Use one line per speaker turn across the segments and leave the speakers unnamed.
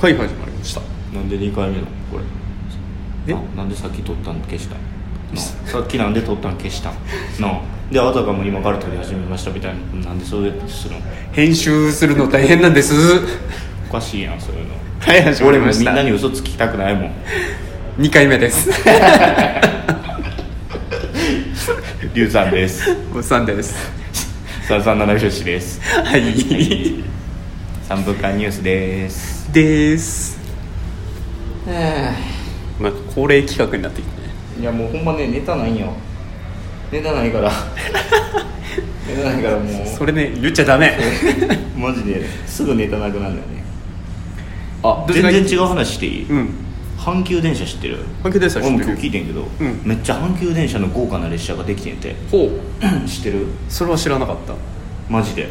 はい始まりました
なんで2回目なのこれ
え
ななんでさっき撮ったの 消したのなさっきなんで撮ったの消したのなであたかも今から撮り始めましたみたいななんでそうやってするの
編集するの大変なんです
おかしいやんそういうの
はい始ま
俺
り
も
ま
みん
した
なに嘘つきたくないもん
2回目です
リュウさんです
おっさんです
ささんななひろしです
はい、
三分間ニュースです
ですなんか恒例企画になってきてね
いやもうほんまねネタないんよネタないから ネタないからも
それね言っちゃダメ
うマジですぐネタなくなるんだよね
あ
全然違
う
う話していい、
うん
阪急電車知ってる
阪急電車知ってる
俺も今日聞いてんけど、
ん
めっちゃ阪急電車の豪華な列車ができて んて
ほう
知ってる
それは知らなかった
マジで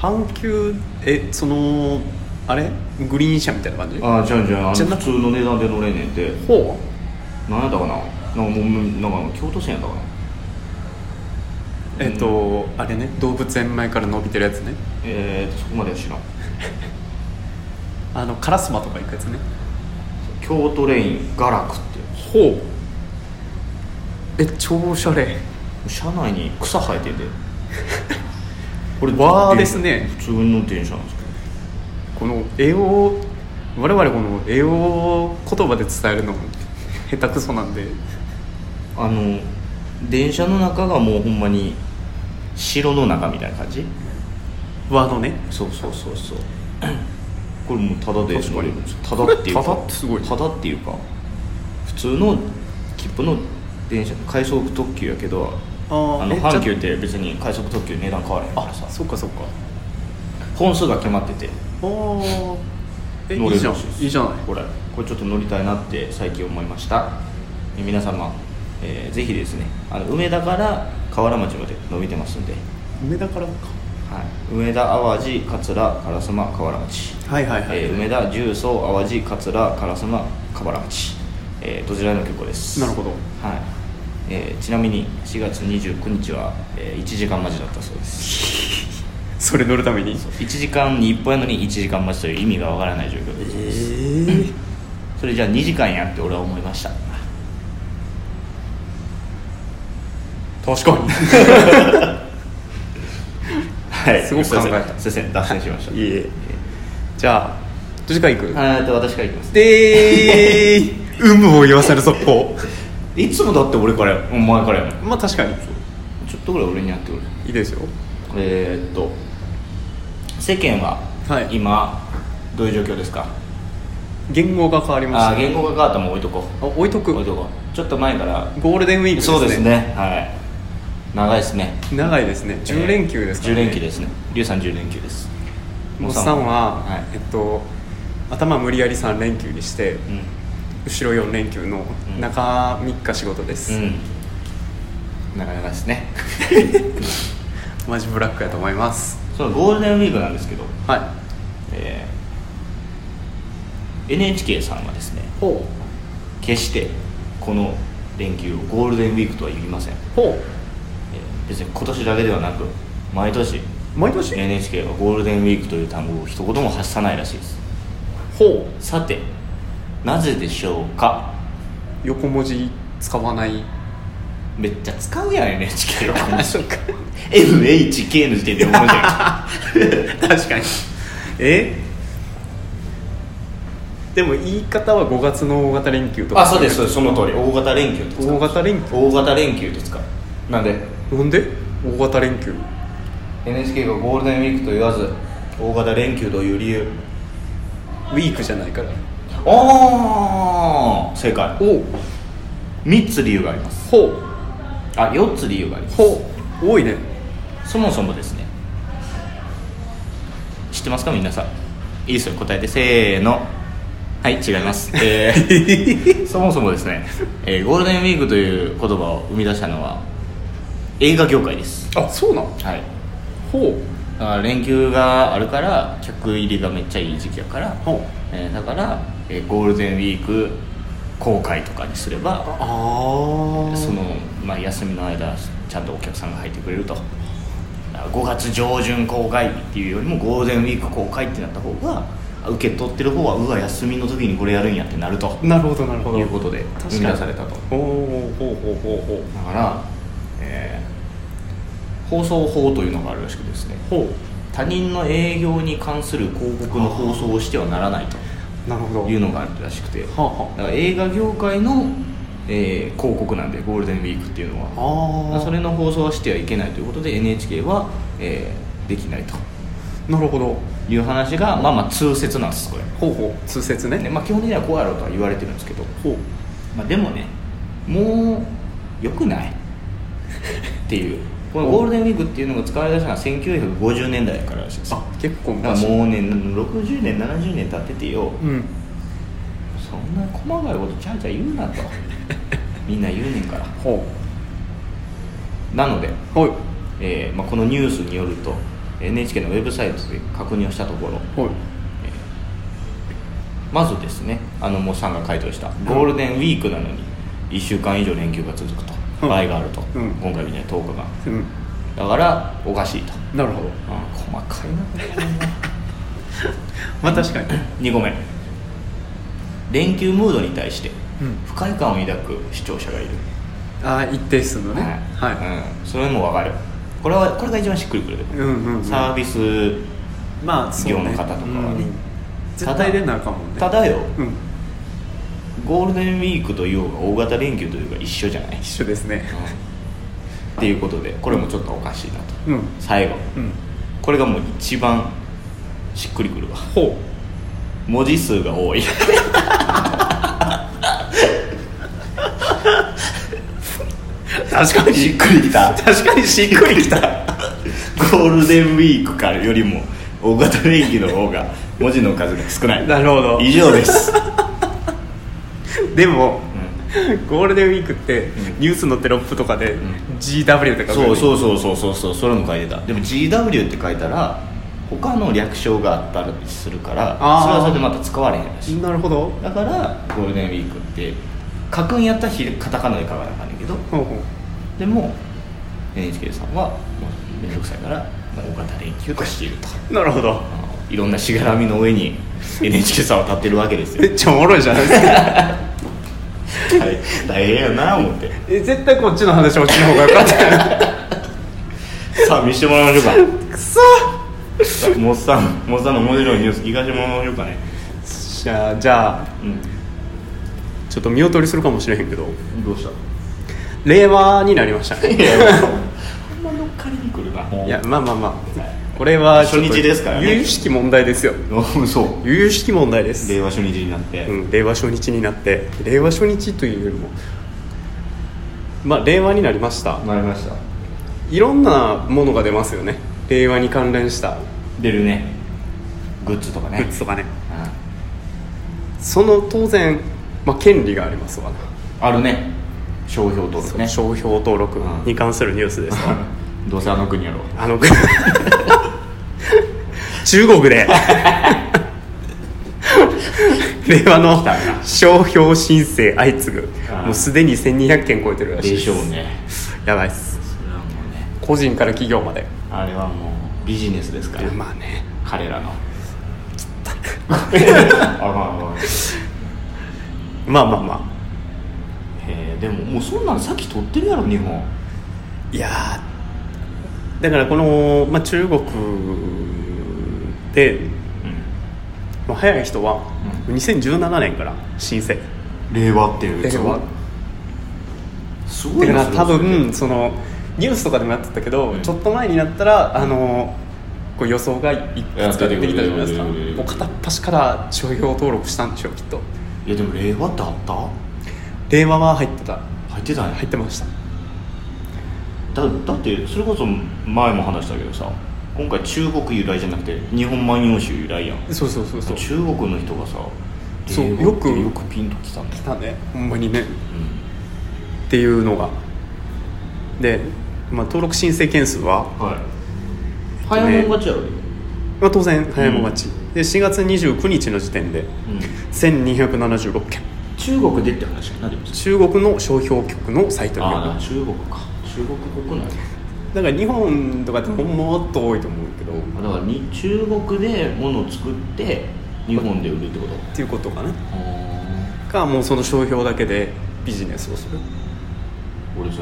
阪急えそのあれグリーン車みたいな感じ
ああじゃんじゃんあの
じゃな
普通の値段で乗れんねんて
ほ
何やったかななんかもうなんか京都線やったかな
うえっとあれね動物園前から伸びてるやつね
えー、そこまでは知らん
あのカラスマとか行くやつね
京都レインガラクってや
ほうえ超おしゃれ
つ車内に草生えてんでこれ
わーですね
普通の電車なんですけど
この英語我々この英語を言葉で伝えるの下手くそなんで
あの電車の中がもうほんまに城の中みたいな感じ
ワードね
そうそうそ うそうこれもうタダで
確かに
タダっていうか
タダってすごい
タダっていうか普通の切符の電車快速特急やけど
あー
あの
えじゃあ
阪急って別に快速特急値段変わらへんからさ
そっかそっか
本数が決まってて
ああえ
乗
いい
れる
じゃん
らしです
いいじゃない
これこれちょっと乗りたいなって最近思いましたえ皆様、えーぜひですねあの梅田から河原町まで伸びてますんで、
梅田からか
はい、梅田淡路桂烏丸河原町
はいはいはい、
えー梅田重曹淡路桂烏丸河原町、えーどちらでも結構です
なるほど
はいえーちなみに4月29日は、え1時間待ちだったそうです
それ乗るために
1時間に1本やのに1時間待ちという意味がわからない状況です、
え
それじゃあ2時間やんって俺は思いました
確かに
はい
すごく考えた
すいませんすいません脱線しました
いえじゃあどっちから行く、
えーと私からいきます
でー有無を言わせる速攻
いつもだって俺からやお前からやもん
まあ確かに
ちょっとぐらい俺にやってくれ
いいですよ
えーっと世間は
はい
今、どういう状況ですか
言語が変わりまし
あ
た
ー言語が変わったもん置いとこ
あ置いと
う
く
置いとこうちょっと前から
ゴールデンウィークですね
そうですねはい長いですね
長いですね10連休ですから、ね
10連休ですねリュウさん10連休です
おっさんは、
はい
えっと頭無理やり3連休にして
うん
後ろ4連休の
うん
中3日仕事です、
うんなかなかですね
マジブラックやと思います
そのゴールデンウィークなんですけど、
はい
えー NHK さんはですね
ほ
決してこの連休をゴールデンウィークとは言いません、え
うほ
ー別に今年だけではなく毎年
う毎年、
NHK はゴールデンウィークという単語を一言も発さないらしいです
ほう
さてなぜでしょうか
横文字使わない
めっちゃ使うやん NHK は
そうか
NHK の時点で思うじゃ
確かにえでも言い方は5月の大型連休と
ん
か
あそうですそうですその通り大型連休って使う
大型連休
大型連休って使うなんで
なんで大型連休
NHK がゴールデンウィークと言わず大型連休という理由
ウィークじゃないから
おー正解
おう
3つ理由があります
ほう
あ4つ理由があります
ほう多いね
そもそもですね知ってますか皆さんいいですよ答えてせーのはい違います、えーそもそもですね、えーゴールデンウィークという言葉を生み出したのは映画業界です
あそうなん
はい
ほ
だから連休があるから客入りがめっちゃいい時期やから、
うほう
えーだから、えーゴールデンウィーク公開とかにすれば
ああ
その、まあ、休みの間ちゃんとお客さんが入ってくれると5月上旬公開っていうよりもゴールデンウィーク公開ってなった方が受け取ってる方はうわ休みの時にこれやるんやってなると
なるほどなるほど
いうことで
確かに
生み出されたと
おおほうほうほうほ
だから、えー放送法というのがあるらしくですね
うほ
他人の営業に関する広告の放送をしてはならないと
うなるほど
いうのがあるらしくてだ
はあ
から映画業界の、えー広告なんでゴールデンウィークっていうのは
はああ
それの放送はしてはいけないということで NHK は、えーできないと
なるほど
いう話がまあまあ通説なんですこれ
ほうほう通説ね
で、まあ、基本的にはこうやろうとは言われてるんですけど、
ほう
まあ、でもねもう良くないっていうこのゴールデンウィークっていうのが使われ出したのは1950年代かららしいです
あ結構
だから
昔
もうね60年70年経っててよ
うん
そんな細かいことちゃうちゃう言うなとみんな言うねんから
ほ
なので、
うほい
えーまあ、このニュースによると NHK のウェブサイトで確認をしたところ
ほい
まずですねあのもうさんが回答したゴールデンウィークなのに1週間以上連休が続くと、
うん
場合があると、
うん
今回みたいに10日が
うん
だからおかしいと、
なるほど
あー細かいな これ
まあ確かに
2個目連休ムードに対して
うん
不快感を抱く視聴者がいる、
ああ一定数のねはい、
うん、それも分かるこれはこれが一番しっくりくる、
うんうんうん
サービス
まあそうね
業の方とかはね
うん絶対出なあかんもんね
ただよ
うん
ゴールデンウィークというが大型連休というが一緒じゃない
一緒ですね
っていうことでこれもちょっとおかしいなと
うん
最後
うん
これがもう一番しっくりくるわ
ほ
文字数が多い
う確かに
しっくりきた
確かにしっくりきた
ゴールデンウィークからよりも大型連休の方が文字の数が少ない
なるほど
以上です、
でも
う
ゴールデンウィークって
ん
ニュースのテロップとかで
ん
GW と
ん
か
そう
う
そうそうそうそうそうそれも書いてたでも GW って書いたら他の略称があったりするから
あー
それはそれでまた使われへんやし
なるほど
だからゴールデンウィークって書くんやったらひカタカナで書かなあかんねんけど
ほうほう
でも NHK さんはもう面倒くさいからまあ大型連休としていると
なるほど
あのいろんなしがらみの上に NHK さんは立ってるわけですよ
めっちゃおもろいじゃないですか
大大変やな思って
え絶対こっちの話こっちの方がよかったよ
さあ見してもらいましょう
くそ
かさあモッサンモッサンの面白いニュース聞かせてもらいましょうかね
じゃあじゃあ
うん
ちょっと見劣りするかもしれへんけど
どうした
令和になりましたね
いやほんま乗っかりに来るない
いやまあまあまあこれはちょっと
初日ですからね
由々しき問題ですよ
そう
由々しき問題です
令和初日になって、
うん、令和初日になって令和初日というよりもまあ令和になりました
なりました
いろんなものが出ますよね令和に関連した
出るねグッズとか
グ
ね
ッズとかね
う
その当然、まあ、権利がありますわな、
んあるね商標登録ね
商標登録
うん
に関するニュースですわ
どうせあの国やろ
あの中国で令和の商標申請相次ぐ
あー
もうすでに1200件超えてるらしい
ですしょうね
やばいっす
それはもうね
個人から企業まで
あれはもうビジネスですから
まあね
彼 らのあま
ま
あまあ
あまあま
へえでももうそんなんさっき取ってるやろ日本
あいやーだからこの、まあ、中国で、まあ、早い人は2017年から申請
令和っていう
令和
す
だ
ごい
か
な
ら多
それ
分そのニュースとかでもやってたけど、
うん
ちょっと前になったらあのこう予想がいくつか出てきたじゃないですか
いや出てくる出てくる出てくる
もう片っ端から商標登録したんでしょうきっと
いやでも令和ってあった
令和は入ってた
入ってたね
入ってました
だだってそれこそ前も話したけどさ今回中国由来じゃなくて日本万葉集由来やん
そうそうそうそう
中国の人がさ
そう
令和って
よく
よくピンときたんだ
来
よ、
たねほんまにね
う
っていうのがで、まあ、登録申請件数は、
ん、はい早いもん勝ちやろ、
まあ、当然早いもん勝ち、で4月29日の時点で
う
1276件
ん、中国でって話やなでも
中国の商標局のサイトによ
ああだから
る
中国か中国国内
だから日本とかってほんまもっと多いと思うけど
あだからに中国で物を作って日本で売るってこと
っていうことかな
あ
かもうその商標だけでビジネスをする
ー俺さ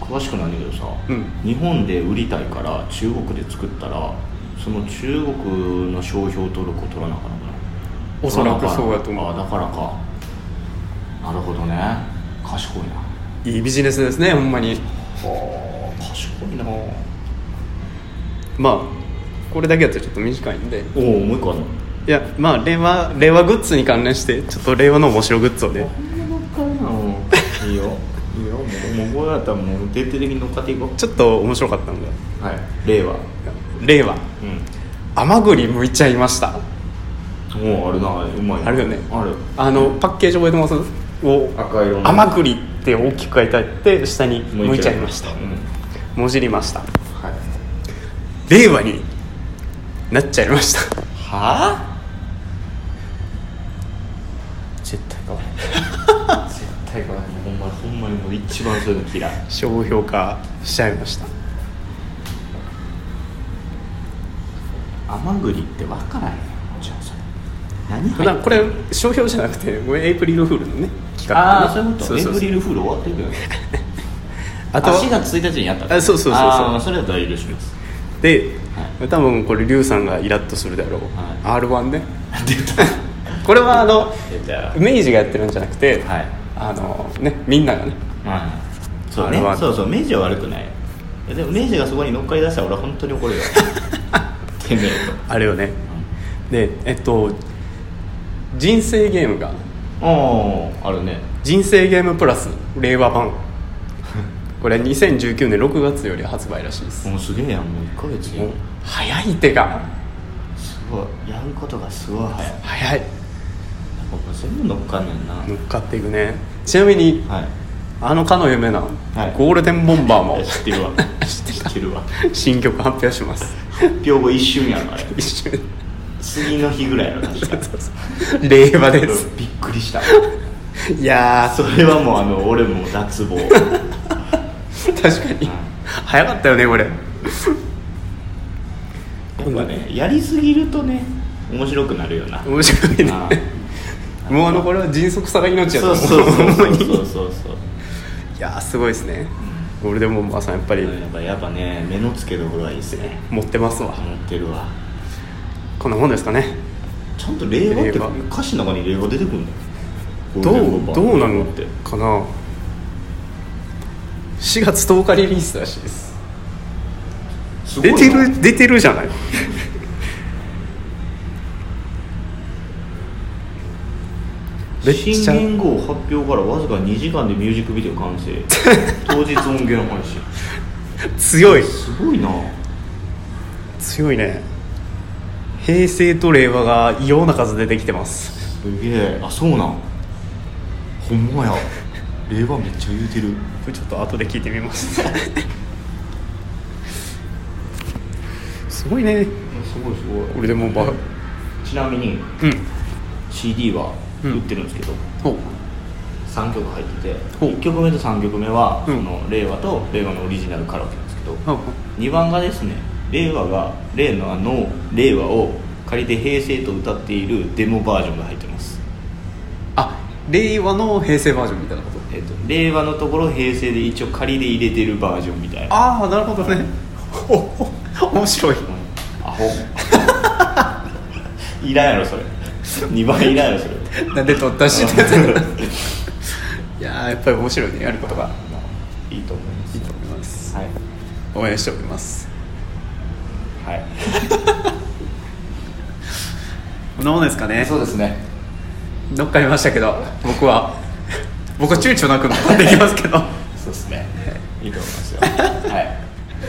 詳しくないんだけどさ、
うん
日本で売りたいから中国で作ったらその中国の商標登録を取らなあかんのかな
おそらくそうやと
取
思う
らなあかんのかあだからかなるほどね賢いない
いビジネスですねほんまに
はあ賢いな
まあこれだけやったらちょっと短いんで
おおもう一個あるの
いやまあ令和令和グッズに関連してちょっと令和の面白グッズをね
乗っかる のいいよいいよもうもうこうやったらもう徹底的に乗っかっていこ
ちょっと面白かったのが
うはい令和
令和
う
甘栗剥いちゃいました
んもうあるなうまいな
あるよね
ある
あのパッケージ覚えてますを
赤色の
甘栗って大きく書いてあって下に剥いちゃいました
うん
もじりました
はい
令和になっちゃいました
はあ絶対買わへん絶対買わへんほんまにほんまにもう一番そういうの嫌い
商標化しちゃいました
甘栗って分からへんじゃあそれ何
普段これ商標じゃなくてこれエイプリルフールのね企画
ああそういうこと
そうそう
エイプリルフール終わってるよね
あとは
4月1日にやった
あそうそうそうそう
あーそれだったら許します
で多分これリュウさんがイラッとするであろう、
は
R1 ね
出た
これはあの
出た
明治がやってるんじゃなくて、
はい
あのねみんながね
はいそうね
あれは
そうそう明治は悪くないいやでも明治がそこに乗っかり出したら俺は本当に 怒るよてめえ
あれよねでえっと人生ゲームが
とおーあるね
人生ゲームプラス令和版 これは2019年6月より発売らしいです、
もうすげえやんもう1ヶ月
もう早い手が
すごいやることがすごい早いやっ
早い
ぱもう全部乗っかんねんな
乗っかっていくねちなみに
はい
あのかの夢な、
はい
ゴールデンボンバーも
知ってるわ知ってるわ
新曲発表します
発表後一瞬やろあれ
一瞬
次の日ぐらいやろ確か
令和です
びっくりした
いやー
それはもうあの俺も脱帽
そう確かに早かったよねこれ
やっぱねやりすぎるとね面白くなるよな
面白いね
あ
もうあのこれは迅速さが命やと
そう
思う
そう
ほ
そう
んま
そう
に
そうそうそう
いやーすごいですねゴールデンボンバーさんやっぱり
やっぱやっぱね目の付けどころはいいですね
持ってますわ
思ってるわ
こんなもんですかね
ちゃんと令和って
令和
歌詞の中に令和出てくるんだよ
ど
ゴールデンボン
う
バー
どうなのかな4月10日リリースらしいです
すごい
出
な
てる出てるじゃないめっちゃ
新元号発表からわずか2時間でミュージックビデオ完 成当日音源配信
強い
すごいな
強いね平成と令和が異様な数出てきてます
すげえあそうなんほんまや令和めっちゃ言うてる
これちょっと後で聞いてみます すごいね
すごいすごい
俺でもまあ
ちなみに
うん
CD は売ってるんですけど、
ほ
3曲入ってて
ほう
1曲目と3曲目は、
うん
その令和と令和のオリジナルカラオケなんですけど
う
2番がですね令和が令和の令和を仮で平成と歌っているデモバージョンが入ってます
あ令和の平成バージョンみたいなこと
えっと令和のところ平成で一応仮で入れてるバージョンみたいな
ああなるほどねほほ面白い
アホ いらんやろそれ2番いらんやろそれ
なんで撮ったし いやーやっぱり面白いねやることが
いいと思います
いいと思います
はい
応援しております
はい
こんなもんですかね
うですね
乗っかりましたけど僕は 僕は躊躇なく 乗っかっていきますけどは
そうですねいいと思いますよ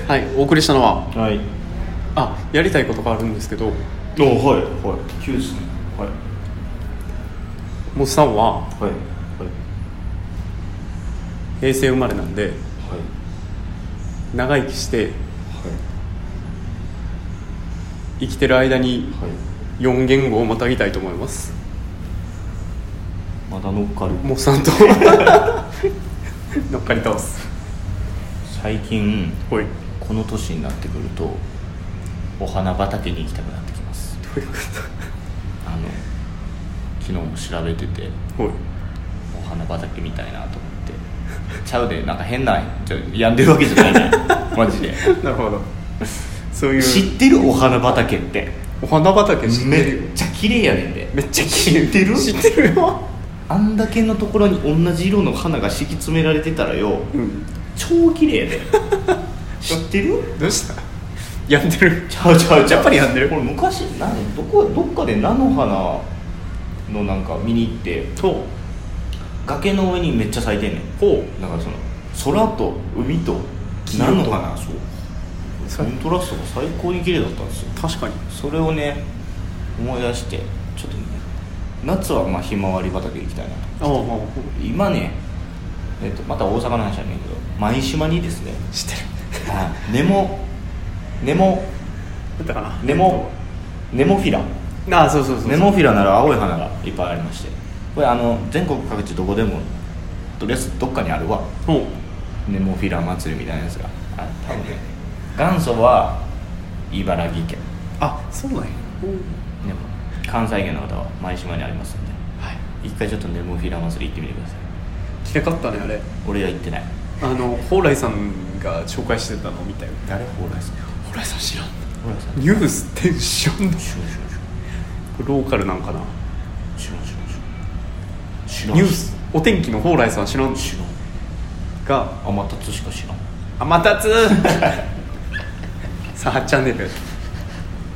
はい
お送りしたのはい
はい
あやりたいことがあるんですけど
おはいはい急ですねはい
もっさんは
はいはい
平成生まれなんで
はい
長生きして生きてる間に
はいはい
4言語をまたぎたいと思います
まだ乗っかる
モッサン と乗っかり倒す
最近
ほいど
この年になってくるとお花畑に行きたくなってきます
ういうこ
ああの昨日も調べてて
ほい
お花畑みたいなと思ってちゃうでなんか変なちょ病んでるわけじゃないねマジで
なるほどそういう
知ってるお花畑って
お花畑知ってるよ
めっちゃ綺麗やねんで
めっちゃ綺麗
知ってる
知ってるよ
あんだけのところに同じ色の花が敷き詰められてたらよ
うん
超綺麗やで知ってる
どうした病んでる
ちゃうちゃうちゃう
やっぱりやんでる
これ昔なんどこどっかで菜の花のなんか見に行って
と
崖の上にめっちゃ咲いてんねん
ほ
だからその空と海と
黄色
菜
と
の花そうコ
う
ントラストが最高に綺麗だったんですよ
確かに
それをね思い出してちょっとね夏はまあひまわり畑行きたいなと
あああ
今ね、えっと、また大阪の話じゃないけど舞島にですね
あ知ってる
ネモネモ
だったかな
ネモネモフィラ
ああそうそうそう
ネモフィラなら青い花がいっぱいありましてこれあの全国各地どこでもとりあえずどっかにあるわ
ほう
ネモフィラ祭りみたいなやつがあ多分ね元祖は茨城県
あそうなんやほう
でも関西圏の方は舞島にありますんで
はい
一回ちょっとネモフィラ祭り行ってみてください
来たかったねあれ
俺は行ってない
あの蓬莱さんが紹介してたの見たよ
誰蓬莱さん
蓬莱さん知らん
蓬莱さん
ニューステンションだ
知らん知らん知らん
ローカルなんかな
知らん知らん知らん
ニュースお天気の蓬莱さん知らん
知らん
が
天達しか知らん
あまたつ さあ8チャンネル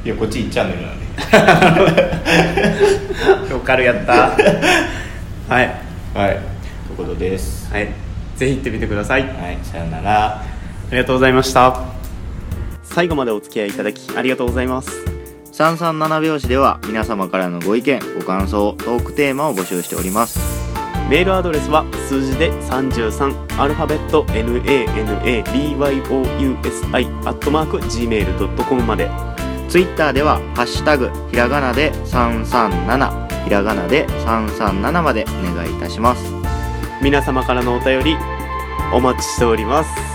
いやこっち1チャンネルなんで
ローカルやったはい
はいということです
はいぜひ行ってみてください
はいさよなら
ありがとうございました最後までお付き合いいただきありがとうございます
三三七拍子では皆様からのご意見ご感想トークテーマを募集しております
メールアドレスは数字で33アルファベット nanabyousi アットマーク gmail.com まで
Twitter では「ハッシュタグひらがなで337」ひらがなで337までお願いいたします
皆様からのお便りお待ちしております